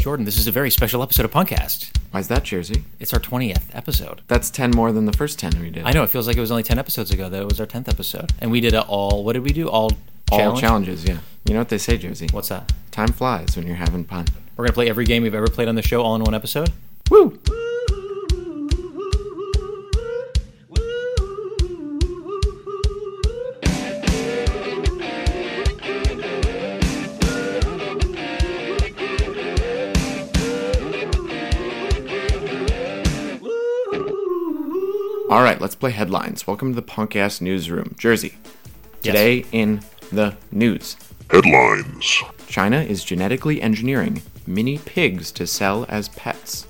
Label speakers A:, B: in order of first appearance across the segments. A: Jordan, this is a very special episode of Punkcast.
B: Why's that, Jersey?
A: It's our 20th episode.
B: That's 10 more than the first 10 we did.
A: I know it feels like it was only 10 episodes ago, though. It was our 10th episode. And we did a all, what did we do? All
B: All
A: challenge?
B: challenges, yeah. You know what they say, Jersey?
A: What's that?
B: Time flies when you're having fun.
A: We're going to play every game we've ever played on the show all in one episode.
B: Woo! All right, let's play headlines. Welcome to the punk ass newsroom. Jersey, today in the news.
C: Headlines.
B: China is genetically engineering mini pigs to sell as pets.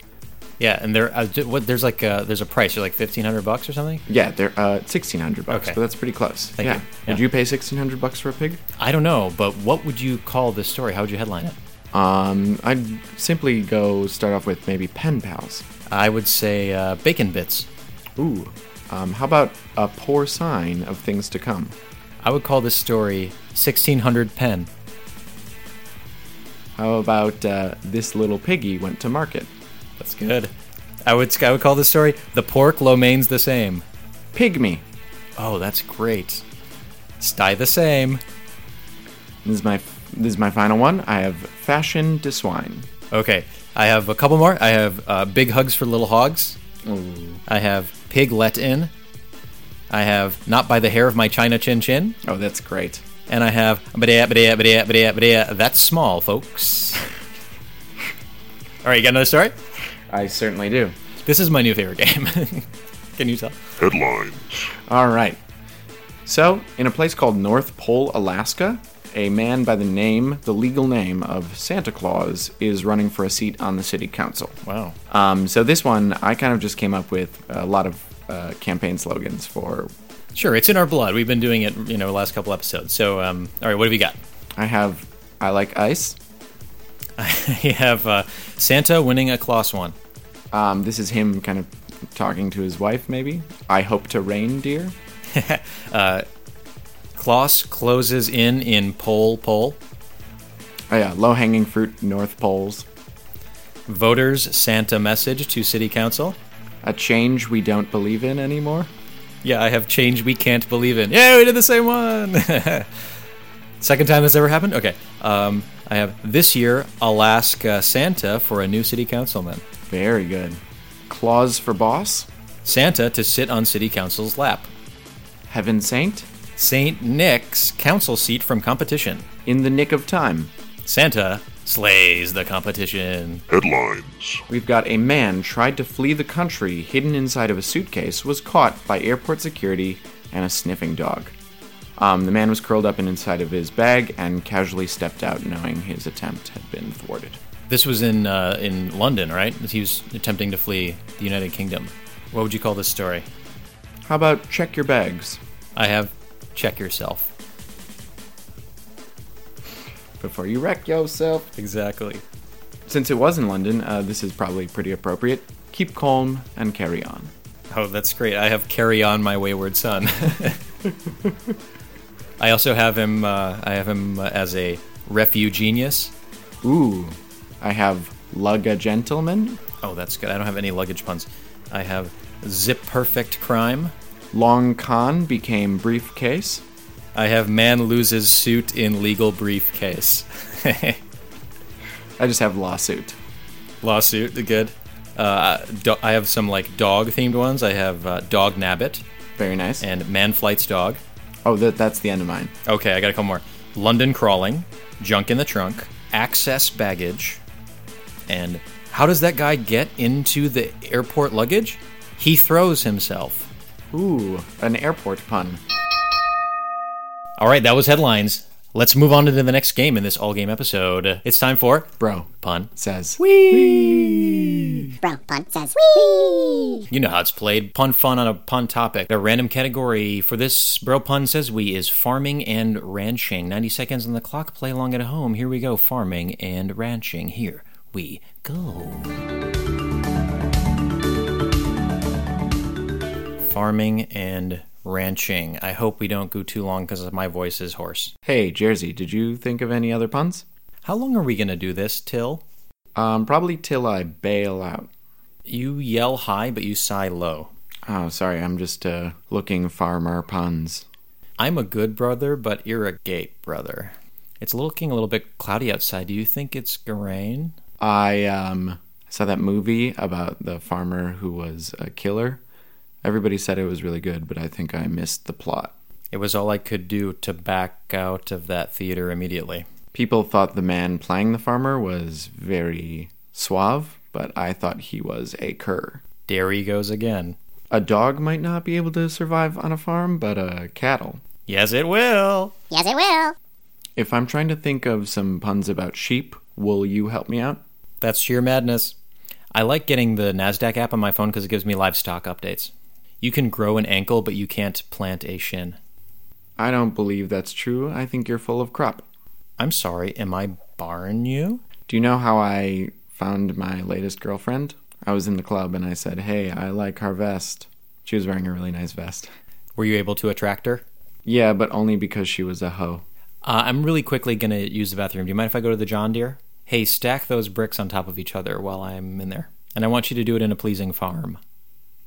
A: Yeah, and there, uh, d- what, there's like a, there's a price. You're like 1500 bucks or something?
B: Yeah, they're uh, sixteen hundred bucks,
A: Okay.
B: but that's pretty close.
A: Thank
B: yeah.
A: you.
B: Would
A: Yeah.
B: you pay sixteen hundred bucks for a pig?
A: I don't know, but what would you call this story? How would you headline it?
B: Um, I'd simply go start off with maybe pen pals.
A: I would say uh, Bacon Bits.
B: Ooh. Um, how about a poor sign of things to come?
A: I would call this story 1600 Pen.
B: How about uh, this little piggy went to market?
A: That's good. I would, I would call this story The Pork Lo Main's the Same.
B: Pygmy.
A: Oh, that's great. Stay the same.
B: This is my this is my final one. I have fashion to swine.
A: Okay, I have a couple more. I have uh, big hugs for little hogs. I have pig let in. I have not by the hair of my china chin chin.
B: Oh, that's great.
A: And I have ba-da, ba-da, ba-da, ba-da, ba-da. that's small, folks. All right, you got another story?
B: I certainly do.
A: This is my new favorite game. Can you tell?
C: Headlines.
B: All right. So, in a place called North Pole, Alaska, a man by the name, the legal name of Santa Claus, is running for a seat on the city council.
A: Wow.
B: Um, so, this one, I kind of just came up with a lot of uh, campaign slogans for.
A: Sure, it's in our blood. We've been doing it, you know, the last couple episodes. So, um, all right, what have you got?
B: I have I Like Ice.
A: you have uh, Santa winning a Class 1.
B: Um, this is him kind of talking to his wife, maybe. I Hope to Rain, dear.
A: Klaus closes in in poll poll.
B: Oh, yeah. Low hanging fruit, North Poles.
A: Voters Santa message to city council.
B: A change we don't believe in anymore.
A: Yeah, I have change we can't believe in. Yeah, we did the same one. Second time this ever happened. Okay. Um, I have this year Alaska Santa for a new city councilman.
B: Very good. Claws for Boss.
A: Santa to sit on city council's lap.
B: Heaven Saint.
A: Saint Nick's council seat from competition.
B: in the nick of time.
A: Santa slays the competition.
C: Headlines.
B: We've got a man tried to flee the country hidden inside of a suitcase, was caught by airport security and a sniffing dog. Um, the man was curled up and inside of his bag and casually stepped out, knowing his attempt had been thwarted.
A: This was in uh, in London, right? He was attempting to flee the United Kingdom. What would you call this story?
B: How about check your bags
A: I have check yourself.
B: before you wreck yourself?
A: Exactly.
B: Since it was in London, uh, this is probably pretty appropriate. Keep calm and carry on.
A: Oh, that's great. I have carry on my wayward son. I also have him. Uh, I have him uh, as a refuge genius.
B: Ooh, I have lug a gentleman,
A: Oh, that's good. I don't have any luggage puns. I have zip perfect crime.
B: long con became briefcase.
A: I have man loses suit in legal briefcase.
B: I just have lawsuit.
A: Lawsuit. Good. Uh, do- I have some like dog themed ones. I have uh, dog nabbit
B: Very nice.
A: and man flights dog.
B: Oh, that, that's the end of mine.
A: Okay, I got a couple more. London crawling, junk in the trunk, access baggage, and how does that guy get into the airport luggage? He throws himself.
B: Ooh, an airport pun.
A: All right, that was headlines. Let's move on to the next game in this all game episode. It's time for
B: Bro
A: pun.
B: says.
D: Bro Pun says wee.
A: You know how it's played. Pun fun on a pun topic. The random category for this bro pun says we is farming and ranching. 90 seconds on the clock. Play along at home. Here we go. Farming and ranching. Here we go. Farming and ranching. I hope we don't go too long because my voice is hoarse.
B: Hey, Jersey, did you think of any other puns?
A: How long are we going to do this till?
B: Um, probably till I bail out.
A: You yell high, but you sigh low.
B: Oh, sorry, I'm just uh, looking farmer puns.
A: I'm a good brother, but you're a gate brother. It's looking a little bit cloudy outside. Do you think it's gonna rain?
B: I um, saw that movie about the farmer who was a killer. Everybody said it was really good, but I think I missed the plot.
A: It was all I could do to back out of that theater immediately.
B: People thought the man playing the farmer was very suave, but I thought he was a cur.
A: There he goes again.
B: A dog might not be able to survive on a farm, but uh, cattle.
A: Yes, it will.
D: Yes, it will.
B: If I'm trying to think of some puns about sheep, will you help me out?
A: That's sheer madness. I like getting the NASDAQ app on my phone because it gives me livestock updates. You can grow an ankle, but you can't plant a shin.
B: I don't believe that's true. I think you're full of crap.
A: I'm sorry, am I barring you?
B: Do you know how I found my latest girlfriend? I was in the club and I said, Hey, I like her vest. She was wearing a really nice vest.
A: Were you able to attract her?
B: Yeah, but only because she was a hoe.
A: Uh, I'm really quickly going to use the bathroom. Do you mind if I go to the John Deere? Hey, stack those bricks on top of each other while I'm in there. And I want you to do it in a pleasing farm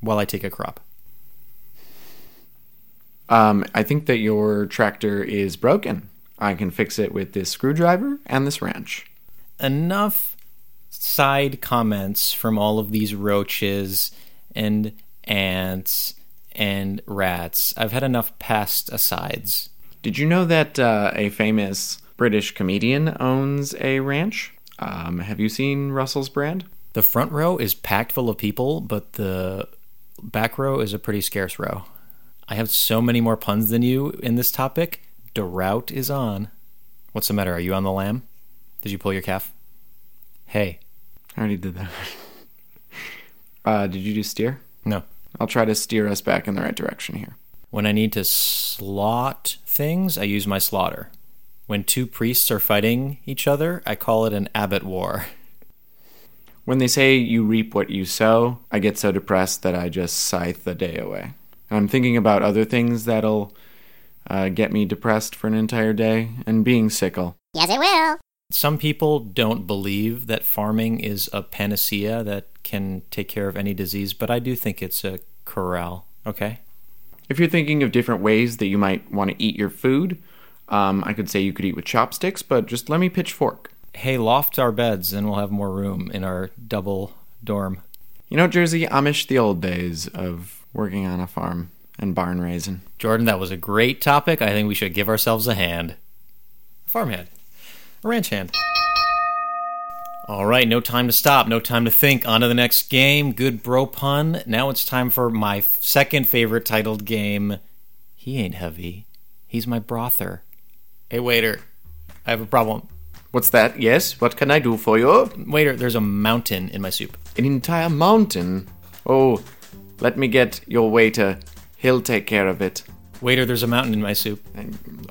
A: while I take a crop.
B: Um, I think that your tractor is broken. I can fix it with this screwdriver and this wrench.
A: enough side comments from all of these roaches and ants and rats. I've had enough past asides.
B: Did you know that uh, a famous British comedian owns a ranch? Um, have you seen Russell's brand?
A: The front row is packed full of people, but the back row is a pretty scarce row. I have so many more puns than you in this topic. Drought is on. What's the matter? Are you on the lamb? Did you pull your calf? Hey,
B: I already did that. uh, did you do steer?
A: no.
B: I'll try to steer us back in the right direction here.
A: When I need to slot things, I use my slaughter. When two priests are fighting each other, I call it an abbot war.
B: When they say you reap what you sow, I get so depressed that I just scythe the day away. And I'm thinking about other things that'll uh, get me depressed for an entire day, and being sickle.
D: Yes, it will.
A: Some people don't believe that farming is a panacea that can take care of any disease, but I do think it's a corral, okay?
B: If you're thinking of different ways that you might want to eat your food, um, I could say you could eat with chopsticks, but just let me pitchfork.
A: Hey, loft our beds and we'll have more room in our double dorm.
B: You know, Jersey, I'm Amish the old days of working on a farm and barn raising.
A: Jordan, that was a great topic. I think we should give ourselves a hand. Farm hand. A ranch hand. All right, no time to stop, no time to think. On to the next game. Good bro pun. Now it's time for my f- second favorite titled game. He ain't heavy. He's my brother. Hey, waiter. I have a problem.
B: What's that? Yes, what can I do for you?
A: Waiter, there's a mountain in my soup.
B: An entire mountain. Oh, let me get your waiter. He'll take care of it.
A: Waiter, there's a mountain in my soup.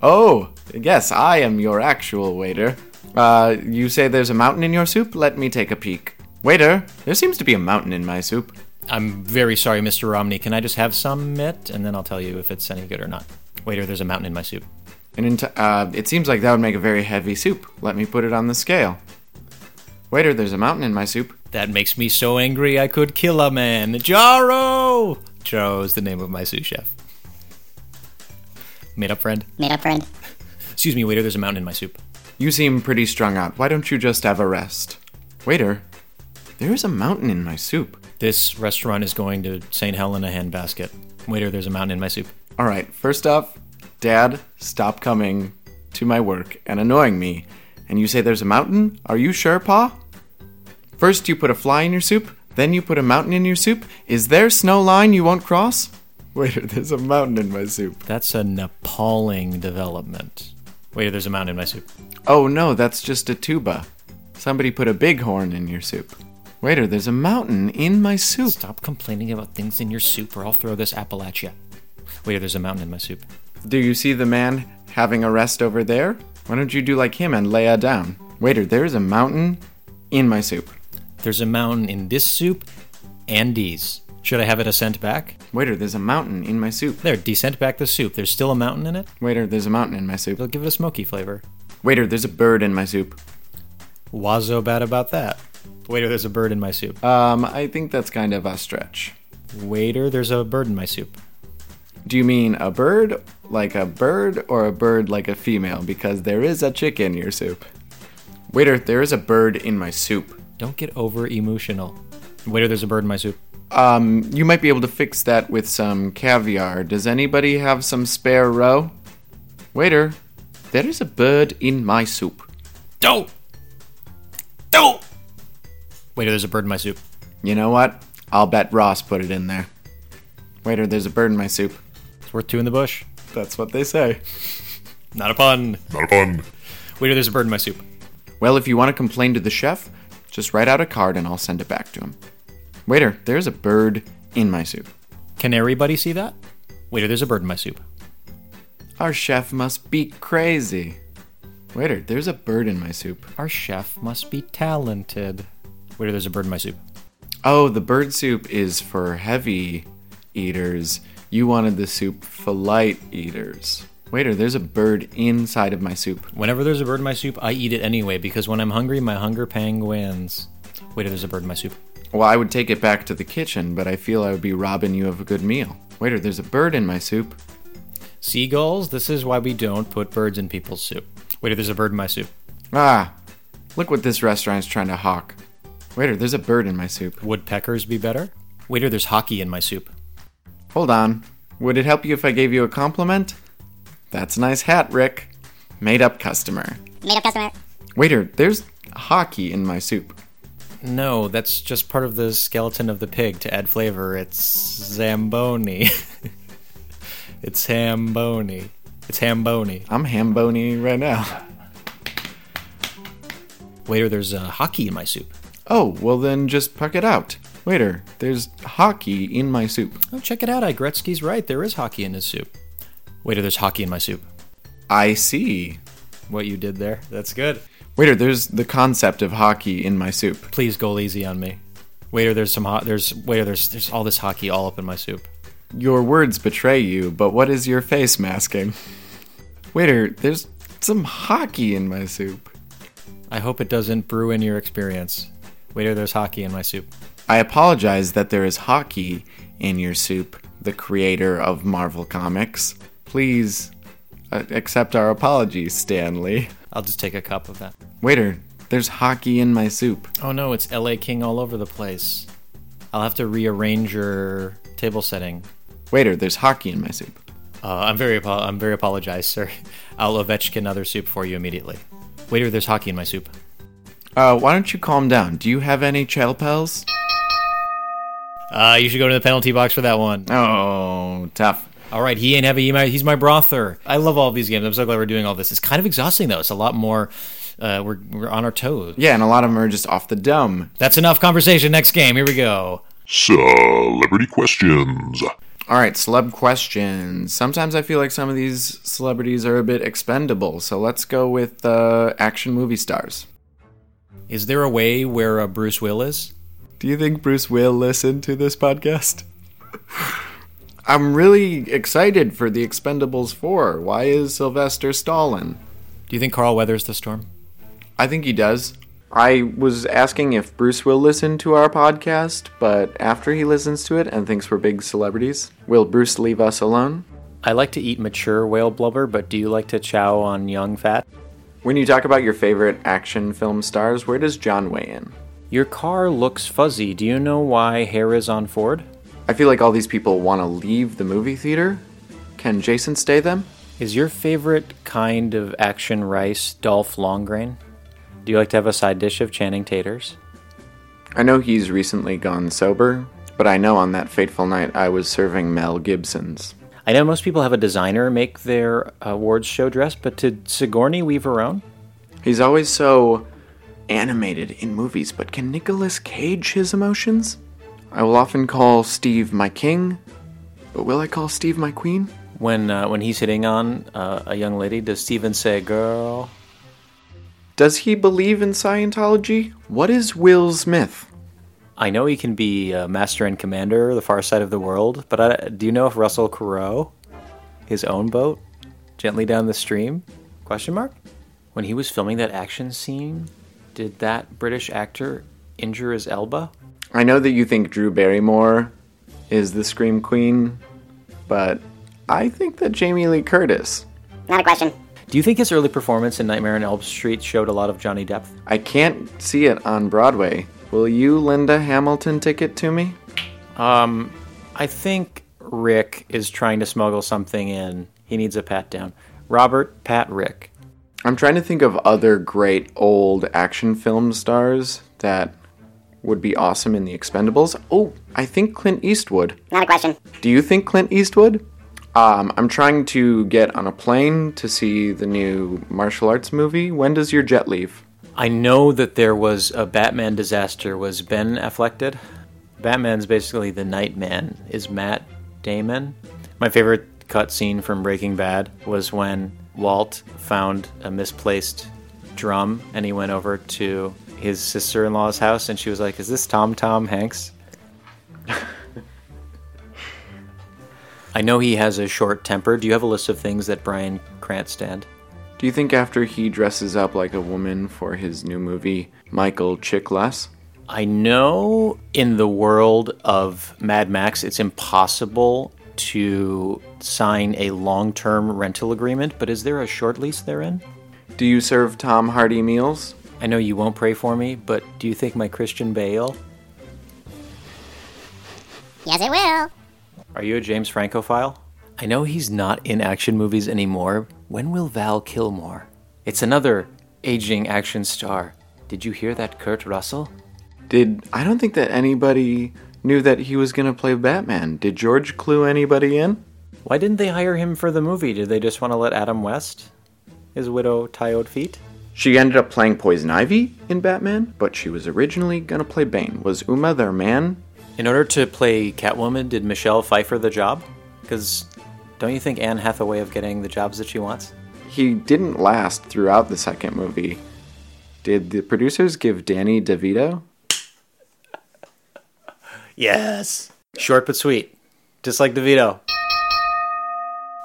B: Oh, yes, I am your actual waiter. Uh, you say there's a mountain in your soup? Let me take a peek. Waiter, there seems to be a mountain in my soup.
A: I'm very sorry, Mr. Romney. Can I just have some mitt? And then I'll tell you if it's any good or not. Waiter, there's a mountain in my soup.
B: An enti- uh, it seems like that would make a very heavy soup. Let me put it on the scale. Waiter, there's a mountain in my soup.
A: That makes me so angry I could kill a man. Jaro! Jaro is the name of my sous chef. Made up friend.
D: Made up friend.
A: Excuse me, waiter, there's a mountain in my soup.
B: You seem pretty strung out. Why don't you just have a rest? Waiter, there is a mountain in my soup.
A: This restaurant is going to St. Helena handbasket. Waiter, there's a mountain in my soup.
B: All right, first off, Dad, stop coming to my work and annoying me. And you say there's a mountain? Are you sure, Pa? First, you put a fly in your soup, then you put a mountain in your soup. Is there snow line you won't cross? Waiter, there's a mountain in my soup.
A: That's an appalling development. Waiter, there's a mountain in my soup.
B: Oh no, that's just a tuba. Somebody put a bighorn in your soup. Waiter, there's a mountain in my soup.
A: Stop complaining about things in your soup or I'll throw this Appalachia. Waiter, there's a mountain in my soup.
B: Do you see the man having a rest over there? Why don't you do like him and lay a down? Waiter, there is a mountain in my soup.
A: There's a mountain in this soup and these. Should I have it a cent back?
B: Waiter, there's a mountain in my soup.
A: There, descent back the soup. There's still a mountain in it.
B: Waiter, there's a mountain in my
A: They'll
B: soup.
A: give it a smoky flavor.
B: Waiter, there's a bird in my soup.
A: Wazo bad about that. Waiter, there's a bird in my soup.
B: Um, I think that's kind of a stretch.
A: Waiter, there's a bird in my soup.
B: Do you mean a bird like a bird or a bird like a female? Because there is a chick in your soup. Waiter, there is a bird in my soup.
A: Don't get over emotional. Waiter, there's a bird in my soup.
B: Um, you might be able to fix that with some caviar. Does anybody have some spare roe? Waiter, there is a bird in my soup.
A: Dope! Dope! Waiter, there's a bird in my soup.
B: You know what? I'll bet Ross put it in there. Waiter, there's a bird in my soup.
A: It's worth two in the bush.
B: That's what they say.
A: Not a pun.
C: Not a pun.
A: Waiter, there's a bird in my soup.
B: Well, if you want to complain to the chef, just write out a card and I'll send it back to him. Waiter, there's a bird in my soup.
A: Can everybody see that? Waiter, there's a bird in my soup.
B: Our chef must be crazy. Waiter, there's a bird in my soup.
A: Our chef must be talented. Waiter, there's a bird in my soup.
B: Oh, the bird soup is for heavy eaters. You wanted the soup for light eaters. Waiter, there's a bird inside of my soup.
A: Whenever there's a bird in my soup, I eat it anyway because when I'm hungry, my hunger pang wins. Waiter, there's a bird in my soup.
B: Well, I would take it back to the kitchen, but I feel I would be robbing you of a good meal. Waiter, there's a bird in my soup.
A: Seagulls, this is why we don't put birds in people's soup. Waiter, there's a bird in my soup.
B: Ah, look what this restaurant's trying to hawk. Waiter, there's a bird in my soup.
A: Would peckers be better? Waiter, there's hockey in my soup.
B: Hold on. Would it help you if I gave you a compliment? That's a nice hat, Rick. Made up customer.
D: Made up customer.
B: Waiter, there's hockey in my soup.
A: No, that's just part of the skeleton of the pig to add flavor. It's zamboni. it's hamboni. It's hamboni.
B: I'm hambony right now.
A: Waiter, there's uh, hockey in my soup.
B: Oh, well then just puck it out. Waiter, there's hockey in my soup.
A: Oh, check it out. I Gretzky's right. There is hockey in his soup. Waiter, there's hockey in my soup.
B: I see.
A: What you did there. That's good.
B: Waiter, there's the concept of hockey in my soup.
A: Please go easy on me. Waiter, there's some hot. There's waiter. There's there's all this hockey all up in my soup.
B: Your words betray you, but what is your face masking? Waiter, there's some hockey in my soup.
A: I hope it doesn't brew in your experience. Waiter, there's hockey in my soup.
B: I apologize that there is hockey in your soup, the creator of Marvel Comics. Please uh, accept our apologies, Stanley.
A: I'll just take a cup of that.
B: Waiter, there's hockey in my soup.
A: Oh no, it's LA King all over the place. I'll have to rearrange your table setting.
B: Waiter, there's hockey in my soup.
A: Uh, I'm very apo- I'm very apologize, sir. I'll Ovechkin another soup for you immediately. Waiter, there's hockey in my soup.
B: Uh, why don't you calm down? Do you have any chow pals?
A: Uh, you should go to the penalty box for that one.
B: Oh, tough.
A: All right, he ain't heavy. He my, he's my brother. I love all these games. I'm so glad we're doing all this. It's kind of exhausting though. It's a lot more. Uh, we're we're on our toes.
B: Yeah, and a lot of them are just off the dome.
A: That's enough conversation. Next game. Here we go.
C: Celebrity questions.
B: All right, celeb questions. Sometimes I feel like some of these celebrities are a bit expendable, so let's go with uh, action movie stars.
A: Is there a way where uh, Bruce Willis?
B: Do you think Bruce will listen to this podcast? I'm really excited for The Expendables 4. Why is Sylvester Stallone?
A: Do you think Carl weathers the storm?
B: I think he does. I was asking if Bruce will listen to our podcast, but after he listens to it and thinks we're big celebrities, will Bruce leave us alone?
A: I like to eat mature whale blubber, but do you like to chow on young fat?
B: When you talk about your favorite action film stars, where does John weigh in?
A: Your car looks fuzzy. Do you know why hair is on Ford?
B: I feel like all these people want to leave the movie theater. Can Jason stay them?
A: Is your favorite kind of action rice Dolph Longgrain? Do you like to have a side dish of Channing Taters?
B: I know he's recently gone sober, but I know on that fateful night I was serving Mel Gibson's.
A: I know most people have a designer make their uh, awards show dress, but did Sigourney weave her own?
B: He's always so animated in movies, but can Nicolas Cage his emotions? I will often call Steve my king, but will I call Steve my queen?
A: When uh, when he's hitting on uh, a young lady, does Steven say, "Girl"?
B: Does he believe in Scientology? What is Will's myth?
A: I know he can be uh, master and commander, the far side of the world, but I, do you know if Russell Crowe, his own boat, gently down the stream? Question mark. When he was filming that action scene, did that British actor injure his elbow?
B: I know that you think Drew Barrymore is the Scream Queen, but I think that Jamie Lee Curtis.
D: Not a question.
A: Do you think his early performance in Nightmare on Elm Street showed a lot of Johnny Depp?
B: I can't see it on Broadway. Will you lend a Hamilton ticket to me?
A: I think Rick is trying to smuggle something in. He needs a pat down. Robert, Pat, Rick.
B: I'm trying to think of other great old action film stars that would be awesome in The Expendables. Oh, I think Clint Eastwood.
D: Not a question.
B: Do you think Clint Eastwood? Um, I'm trying to get on a plane to see the new martial arts movie. When does your jet leave?
A: I know that there was a Batman disaster. Was Ben Affleck dead? Batman's basically the Nightman. Is Matt Damon? My favorite cutscene from Breaking Bad was when Walt found a misplaced drum and he went over to his sister in law's house and she was like, Is this Tom Tom Hanks? I know he has a short temper. Do you have a list of things that Brian Cranston
B: Do you think after he dresses up like a woman for his new movie, Michael Chiklis?
A: I know in the world of Mad Max, it's impossible to sign a long term rental agreement, but is there a short lease therein?
B: Do you serve Tom Hardy meals?
A: I know you won't pray for me, but do you think my Christian Bale?
D: Yes, it will.
A: Are you a James Franco file? I know he's not in action movies anymore. When will Val Kilmer? It's another aging action star. Did you hear that, Kurt Russell?
B: Did I don't think that anybody knew that he was going to play Batman. Did George clue anybody in?
A: Why didn't they hire him for the movie? Did they just want to let Adam West, his widow, tie out feet?
B: She ended up playing Poison Ivy in Batman, but she was originally going to play Bane. Was Uma their man?
A: In order to play Catwoman, did Michelle Pfeiffer the job? Because don't you think Anne hath a way of getting the jobs that she wants?
B: He didn't last throughout the second movie. Did the producers give Danny DeVito?
A: Yes. Short but sweet. Just like DeVito.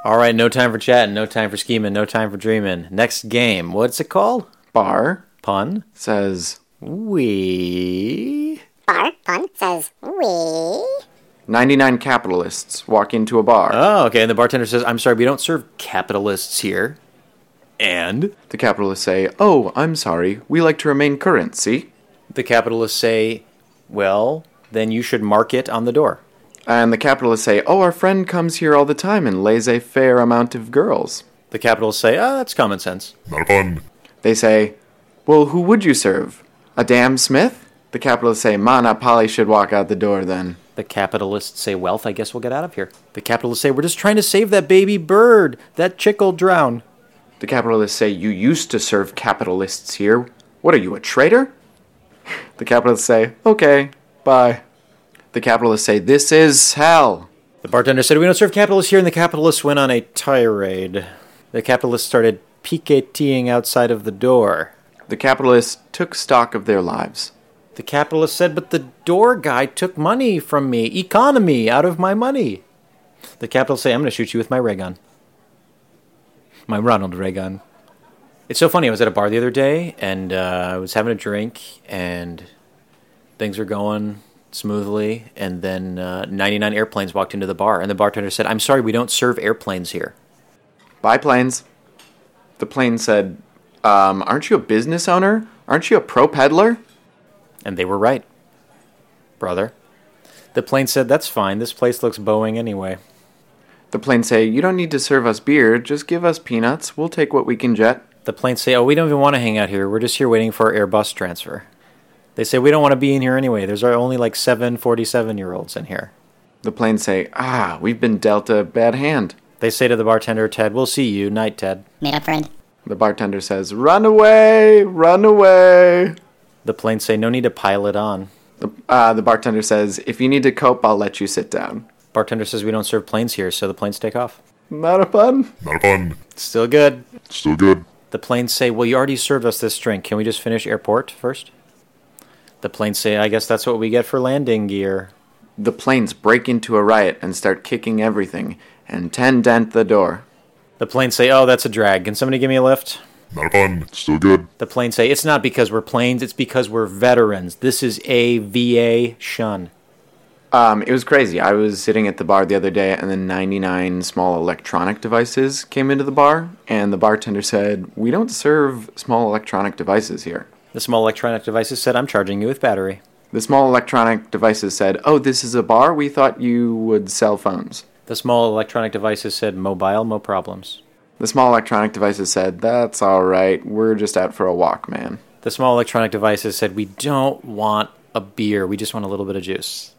A: All right, no time for chatting, no time for scheming, no time for dreaming. Next game. What's it called?
B: Barr
A: Pun?
B: says
A: We.
D: Bar pun says we.
B: 99 capitalists walk into a bar.
A: Oh, okay. And the bartender says, I'm sorry, we don't serve capitalists here. And
B: The capitalists say, Oh, I'm sorry, we like to remain current, see?
A: the capitalists say, well, then you should mark it on the door.
B: And the capitalists say, Oh, our friend comes here all the time and lays a fair amount of girls.
A: The capitalists say, ah, that's common sense.
C: Not a pun.
B: They say, Well, who would you serve? A damn Smith? The capitalists say, Mana Polly should walk out the door then.
A: The capitalists say, wealth, I guess we'll get out of here. The capitalists say, we're just trying to save that baby bird. That chick'll drown.
B: The capitalists say, You used to serve capitalists here. What are you, a traitor? The capitalists say, Okay, bye. The capitalists say, This is hell.
A: The bartender said, we don't serve capitalists here, and the capitalists went on a tirade. The capitalists started piqueteeing outside of the door.
B: The capitalists took stock of their lives.
A: The capitalist said, But the door guy took money from me, economy out of my money. The capitalist say, I'm going to shoot you with my ray gun. My Ronald ray gun. It's so funny. I was at a bar the other day and uh, I was having a drink and things were going smoothly. And then uh, 99 airplanes walked into the bar and the bartender said, I'm sorry, we don't serve airplanes here.
B: Bye, planes. The plane said, um, Aren't you a business owner? Aren't you a pro peddler?
A: And they were right, brother. The plane said, That's fine. This place looks Boeing anyway.
B: The plane say, You don't need to serve us beer, just give us peanuts. We'll take what we can jet.
A: The planes say, Oh, we don't even want to hang out here. We're just here waiting for our Airbus transfer. They say, We don't want to be in here anyway. There's only like seven 47 year olds in here.
B: The plane say, Ah, we've been dealt a bad hand.
A: They say to the bartender, Ted, we'll see you. Night, Ted.
D: Made up friend.
B: The bartender says, Run away, run away.
A: The planes say, No need to pile it on.
B: The, uh, the bartender says, If you need to cope, I'll let you sit down.
A: Bartender says, We don't serve planes here, so the planes take off.
B: Not a pun.
C: Not a pun.
A: Still good.
C: Still good.
A: The planes say, Well, you already served us this drink. Can we just finish airport first? The planes say, I guess that's what we get for landing gear.
B: The planes break into a riot and start kicking everything, and ten dent the door.
A: The planes say, Oh, that's a drag. Can somebody give me a lift?
C: Not a pun. Still good.
A: The planes say, it's not because we're planes, it's because we're veterans. This is a VA shun.
B: Um, it was crazy. I was sitting at the bar the other day, and then 99 small electronic devices came into the bar, and the bartender said, "We don't serve small electronic devices here."
A: The small electronic devices said, I'm charging you with battery.
B: The small electronic devices said, "Oh, this is a bar. We thought you would sell phones."
A: The small electronic devices said, mobile, no problems.
B: The small electronic devices said, "That's all right. We're just out for a walk, man."
A: The small electronic devices said, we don't want a beer, we just want a little bit of juice.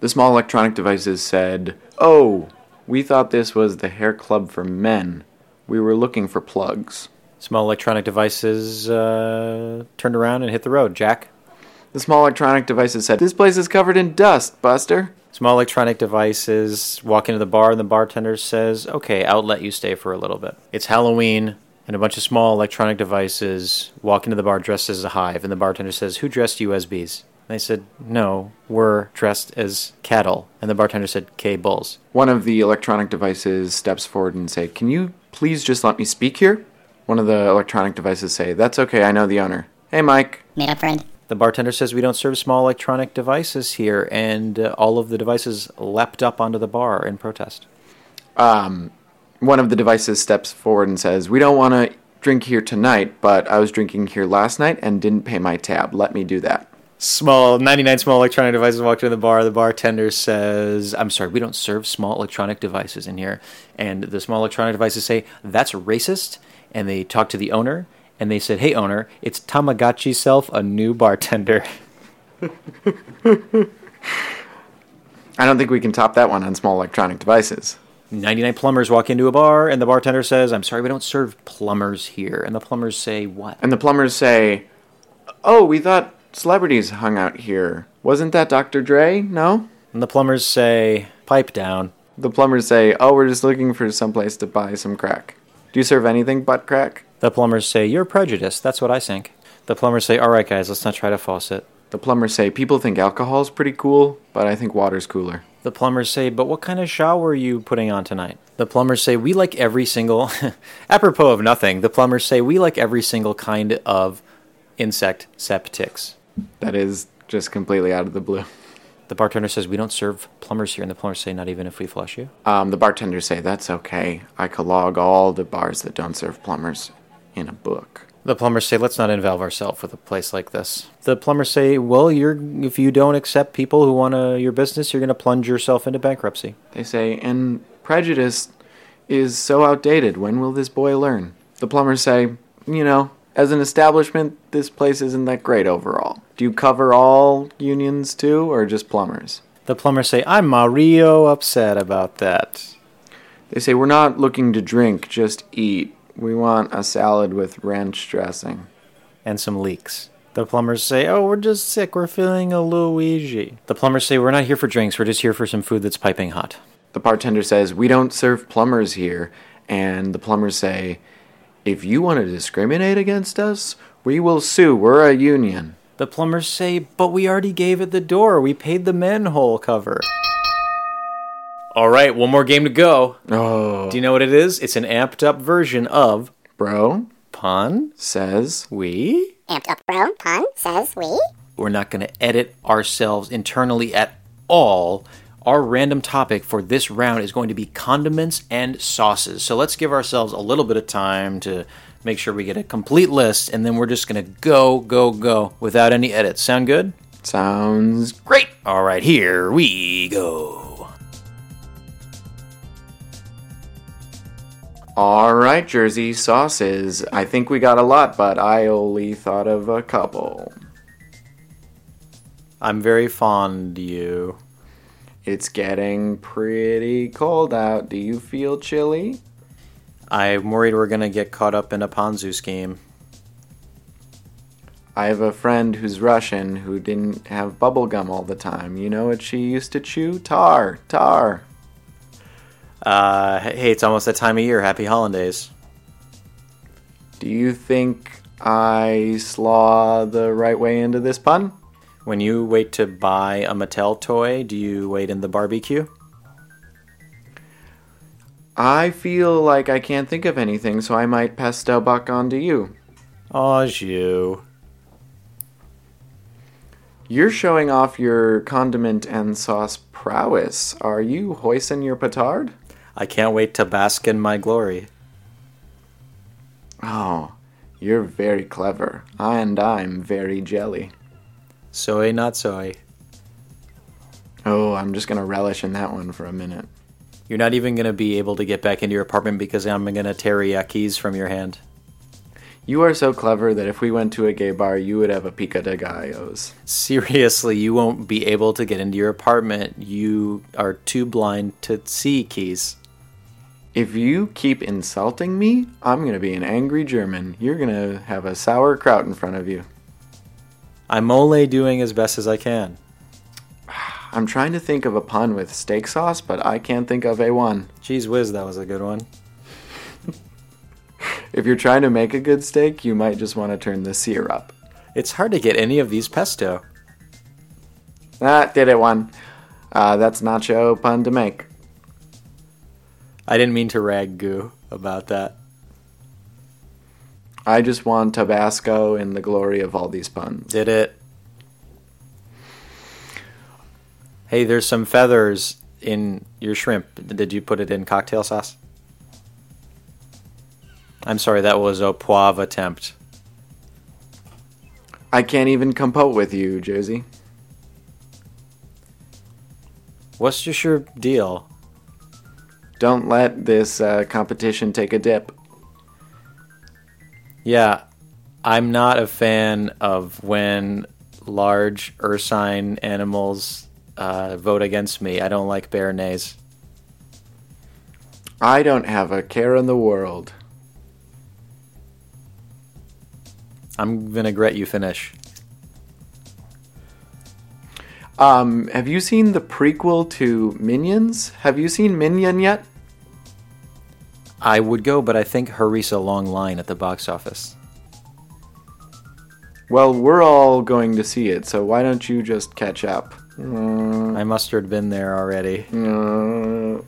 B: The small electronic devices said, "Oh, we thought this was the hair club for men. We were looking for plugs."
A: Small electronic devices uh, turned around and hit the road. Jack?
B: The small electronic devices said, This place is covered in dust, Buster.
A: Small electronic devices walk into the bar, and the bartender says, Okay, I'll let you stay for a little bit. It's Halloween, and a bunch of small electronic devices walk into the bar dressed as a hive, and the bartender says, Who dressed you as bees? And they said, No, we're dressed as cattle. And the bartender said, K bulls.
B: One of the electronic devices steps forward and say, Can you please just let me speak here? One of the electronic devices say, That's okay, I know the owner. Hey, Mike.
D: Made up friend.
A: The bartender says, We don't serve small electronic devices here, and uh, all of the devices leapt up onto the bar in protest.
B: One of the devices steps forward and says, We don't want to drink here tonight, but I was drinking here last night and didn't pay my tab. Let me do that.
A: small 99 small electronic devices walked into the bar the bartender says i'm sorry we don't serve small electronic devices in here and the small electronic devices say that's racist and they talk to the owner and they said hey owner it's tamagotchi self a new bartender
B: I don't think we can top that one on small electronic devices.
A: 99 plumbers walk into a bar and the bartender says i'm sorry we don't serve plumbers here and the plumbers say what
B: And the plumbers say, Oh, we thought celebrities hung out here. Wasn't that Dr. Dre? No?
A: and the plumbers say pipe down
B: The plumbers say, Oh, we're just looking for someplace to buy some crack. Do you serve anything but crack?
A: the plumbers say you're prejudiced that's what i think the plumbers say all right guys let's not try to faucet
B: The plumbers say, People think alcohol's pretty cool, but I think water's cooler.
A: The plumbers say, But what kind of shower are you putting on tonight? The plumbers say, We like every single, apropos of nothing, the plumbers say, We like every single kind of insect septics.
B: That is just completely out of the blue.
A: The bartender says, We don't serve plumbers here. And the plumbers say, Not even if we flush you.
B: Um, the bartenders say, That's okay. I catalog all the bars that don't serve plumbers in a book.
A: The plumbers say, Let's not involve ourselves with a place like this. The plumbers say, Well, you're, if you don't accept people who want to your business, you're going to plunge yourself into bankruptcy.
B: They say, And prejudice is so outdated. When will this boy learn? The plumbers say, You know, as an establishment, this place isn't that great overall. Do you cover all unions too, or just plumbers?
A: The plumbers say, I'm Mario upset about that.
B: They say, We're not looking to drink, just eat. We want a salad with ranch dressing.
A: and some leaks. The plumbers say, Oh, we're just sick. We're feeling a Luigi. The plumbers say, We're not here for drinks. We're just here for some food that's piping hot.
B: The bartender says, We don't serve plumbers here. And the plumbers say, If you want to discriminate against us, we will sue. We're a union.
A: The plumbers say, But we already gave it the door. We paid the manhole cover. All right, one more game to go.
B: Oh.
A: Do you know what it is? It's an amped up version of
B: Bro
A: Pun
B: says,
A: We.
D: Amped up bro. Pun says we.
A: We're not going to edit ourselves internally at all. Our random topic for this round is going to be condiments and sauces. So let's give ourselves a little bit of time to make sure we get a complete list, and then we're just going to go, go, go without any edits. Sound good?
B: Sounds
A: Great! All right, here we go.
B: All right, Jersey sauces. I think we got a lot, but I only thought of a couple.
A: I'm very fond of you.
B: It's getting pretty cold out. Do you feel chilly?
A: I'm worried we're going to get caught up in a Ponzu scheme.
B: I have a friend who's Russian who didn't have bubble gum all the time. You know what she used to chew? Tar, tar.
A: Uh, hey, it's almost that time of year. Happy holidays.
B: Do you think I slaw the right way into this pun?
A: When you wait to buy a Mattel toy, do you wait in the barbecue?
B: I feel like I can't think of anything, so I might pass Stelbach on to you.
A: Aw, you.
B: You're showing off your condiment and sauce prowess. Are you hoisting your petard?
A: I can't wait to bask in my glory.
B: Oh, you're very clever, and I'm very jelly.
A: Soy not soy.
B: Oh, I'm just gonna relish in that one for a minute.
A: You're not even going to be able to get back into your apartment because I'm going to tear your keys from your hand.
B: You are so clever that if we went to a gay bar, you would have a pica de gallos.
A: Seriously, you won't be able to get into your apartment. You are too blind to see keys.
B: If you keep insulting me, I'm gonna be an angry German. You're gonna have a sauerkraut in front of you.
A: I'm only doing as best as I can.
B: I'm trying to think of a pun with steak sauce, but I can't think of a one.
A: Geez whiz, that was a good one.
B: If you're trying to make a good steak, you might just want to turn the sear up.
A: It's hard to get any of these pesto.
B: Ah, did it one. Uh, that's nacho pun to make.
A: I didn't mean to rag goo about that.
B: I just want Tabasco in the glory of all these puns.
A: Did it. Hey, there's some feathers in your shrimp. Did you put it in cocktail sauce? I'm sorry, that was a poivre attempt.
B: I can't even compete with you, Josie.
A: What's just your deal?
B: Don't let this uh, competition take a dip.
A: Yeah, I'm not a fan of when large ursine animals uh, vote against me. I don't like Béarnaise.
B: I don't have a care in the world.
A: I'm vinaigrette you finish.
B: Um, have you seen the prequel to Minions? Have you seen Minion yet?
A: I would go, but I think hurry's a long line at the box office.
B: Well, we're all going to see it, so why don't you just catch up? Mm,
A: I must have been there already.
B: mm.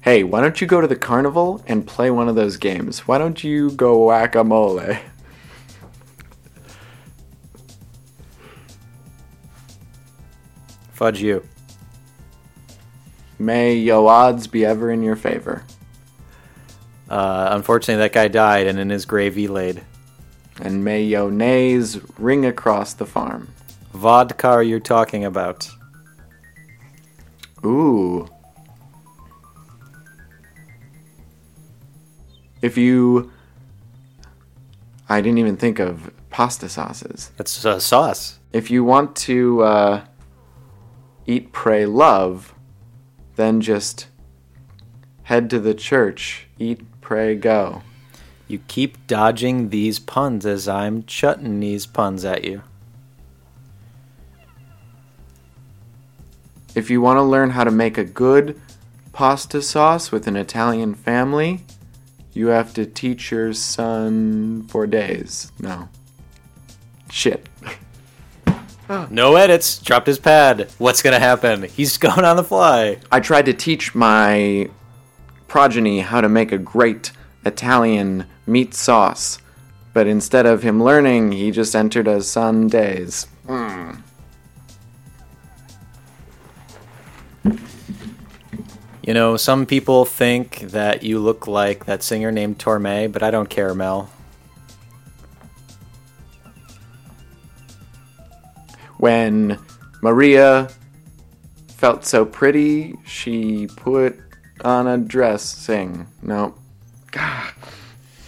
B: Hey, why don't you go to the carnival and play one of those games? Why don't you go whack a mole?
A: Fudge you.
B: May yo odds be ever in your favor.
A: Uh, unfortunately, that guy died, and in his grave he laid.
B: And may yo nays ring across the farm.
A: Vodka are you talking about?
B: Ooh. If you. I didn't even think of pasta sauces.
A: That's uh, sauce.
B: If you want to uh, eat, pray, love, then just head to the church, eat, pray, go.
A: You keep dodging these puns as I'm chutting these puns at you.
B: If you want to learn how to make a good pasta sauce with an Italian family, you have to teach your son for days. No. Shit.
A: No edits. Dropped his pad. What's gonna happen? He's going on the fly.
B: I tried to teach my progeny how to make a great Italian meat sauce, but instead of him learning, he just entered a Sundays.
A: You know, some people think that you look like that singer named Torme, but I don't care, Mel.
B: When Maria felt so pretty, she put on a dressing. No.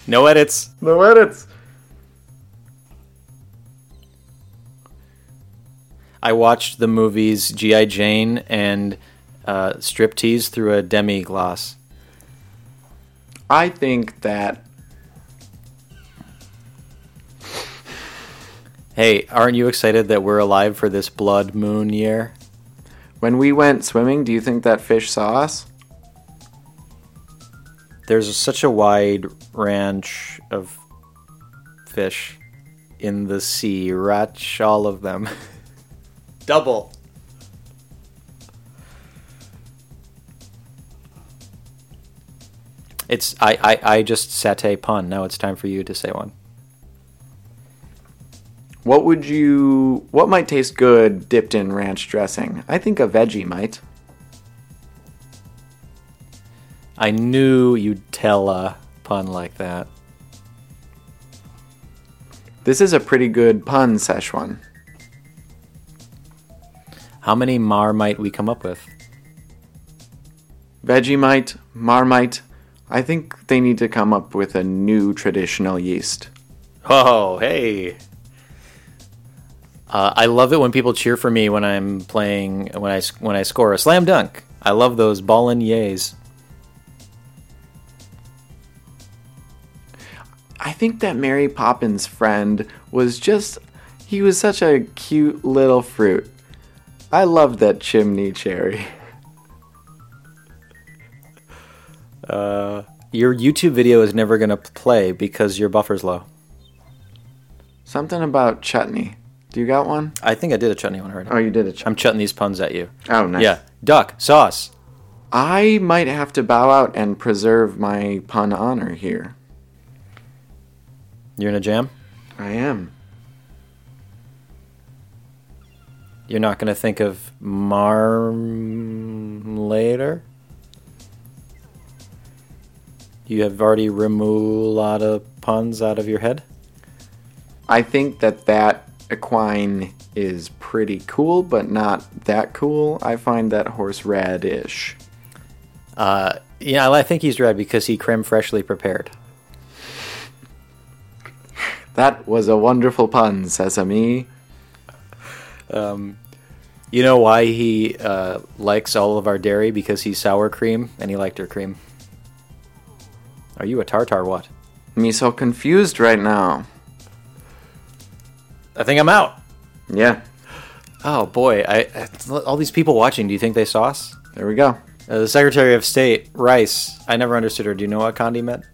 A: No edits.
B: No edits.
A: I watched the movies G.I. Jane and uh, Striptease through a demi gloss.
B: I think that
A: Hey, aren't you excited that we're alive for this blood moon year?
B: when we went swimming, do you think that fish saw us?
A: There's such a wide ranch of fish in the sea. Ratch all of them. Double. It's I, I, I just set a pun. Now it's time for you to say one.
B: What would you? What might taste good dipped in ranch dressing? I think a veggie might.
A: I knew you'd tell a pun like that.
B: This is a pretty good pun, Szechuan.
A: How many mar might we come up with?
B: Vegemite, Marmite. I think they need to come up with a new traditional yeast.
A: Oh, hey. Uh, I love it when people cheer for me when I'm playing when I when I score a slam dunk. I love those ballin' yays.
B: I think that Mary Poppins friend was just he was such a cute little fruit. I loved that chimney cherry.
A: Uh, Your YouTube video is never gonna play because your buffer's low.
B: Something about chutney. Do you got one?
A: I think I did a chutney one already.
B: Oh, you did a chutney.
A: I'm chutting these puns at you.
B: Oh, nice.
A: Yeah, duck sauce.
B: I might have to bow out and preserve my pun honor here.
A: You're in a jam.
B: I am.
A: You're not gonna think of marm later. You have already removed a lot of puns out of your head.
B: I think that that equine is pretty cool, but not that cool. I find that horse radish.
A: Yeah, I think he's red because he creme freshly prepared.
B: That was a wonderful pun, Sesame.
A: Um, You know why he uh, likes all of our dairy? Because he's sour cream, and he liked her cream. Are you a tartar? What?
B: Me so confused right now.
A: I think I'm out.
B: Yeah,
A: Oh boy, I, I- all these people watching. Do you think they saw us?
B: there we go.
A: Uh, the Secretary of State Rice. I never understood her. Do you know what Condi meant?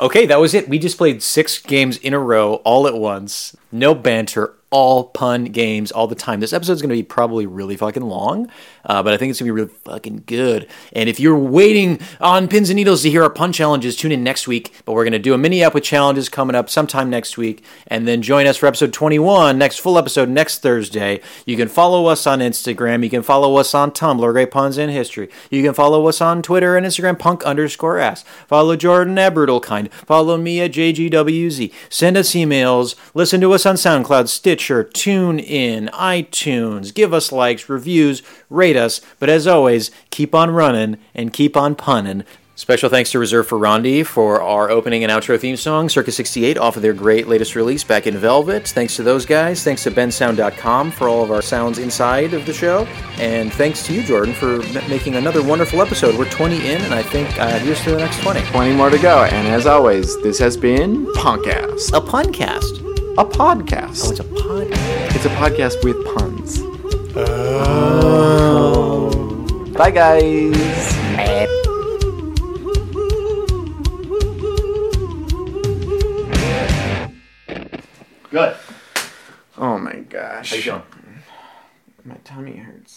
A: Okay, that was it. We just played six games in a row, all at once. No banter, all pun games, all the time. This episode's going to be probably really fucking long, uh, but I think it's going to be really fucking good. And if you're waiting on pins and needles to hear our pun challenges, tune in next week. But we're going to do a mini up with challenges coming up sometime next week. And then join us for episode 21, next full episode next Thursday. You can follow us on Instagram. You can follow us on Tumblr, Great Puns in History. You can follow us on Twitter and Instagram, punk underscore ass. Follow Jordan at Brutal Kind. Follow me at JGWZ. Send us emails. Listen to us on SoundCloud, Stitcher, TuneIn, iTunes. Give us likes, reviews, rate us. But as always, keep on running and keep on punning. Special thanks to Reserve for Rondi for our opening and outro theme song, Circa 68, off of their great latest release, Back in Velvet. Thanks to those guys. Thanks to bensound.com for all of our sounds inside of the show. And thanks to you, Jordan, for m- making another wonderful episode. We're 20 in, and I think uh, here's to the next 20.
B: 20 more to go, and as always, this has been Punkcast,
A: A puncast.
B: a podcast.
A: Oh, it's a podcast.
B: It's a podcast with puns. Bye, guys.
E: Good.
B: Oh my gosh.
E: How you feeling?
B: Oh My tummy hurts.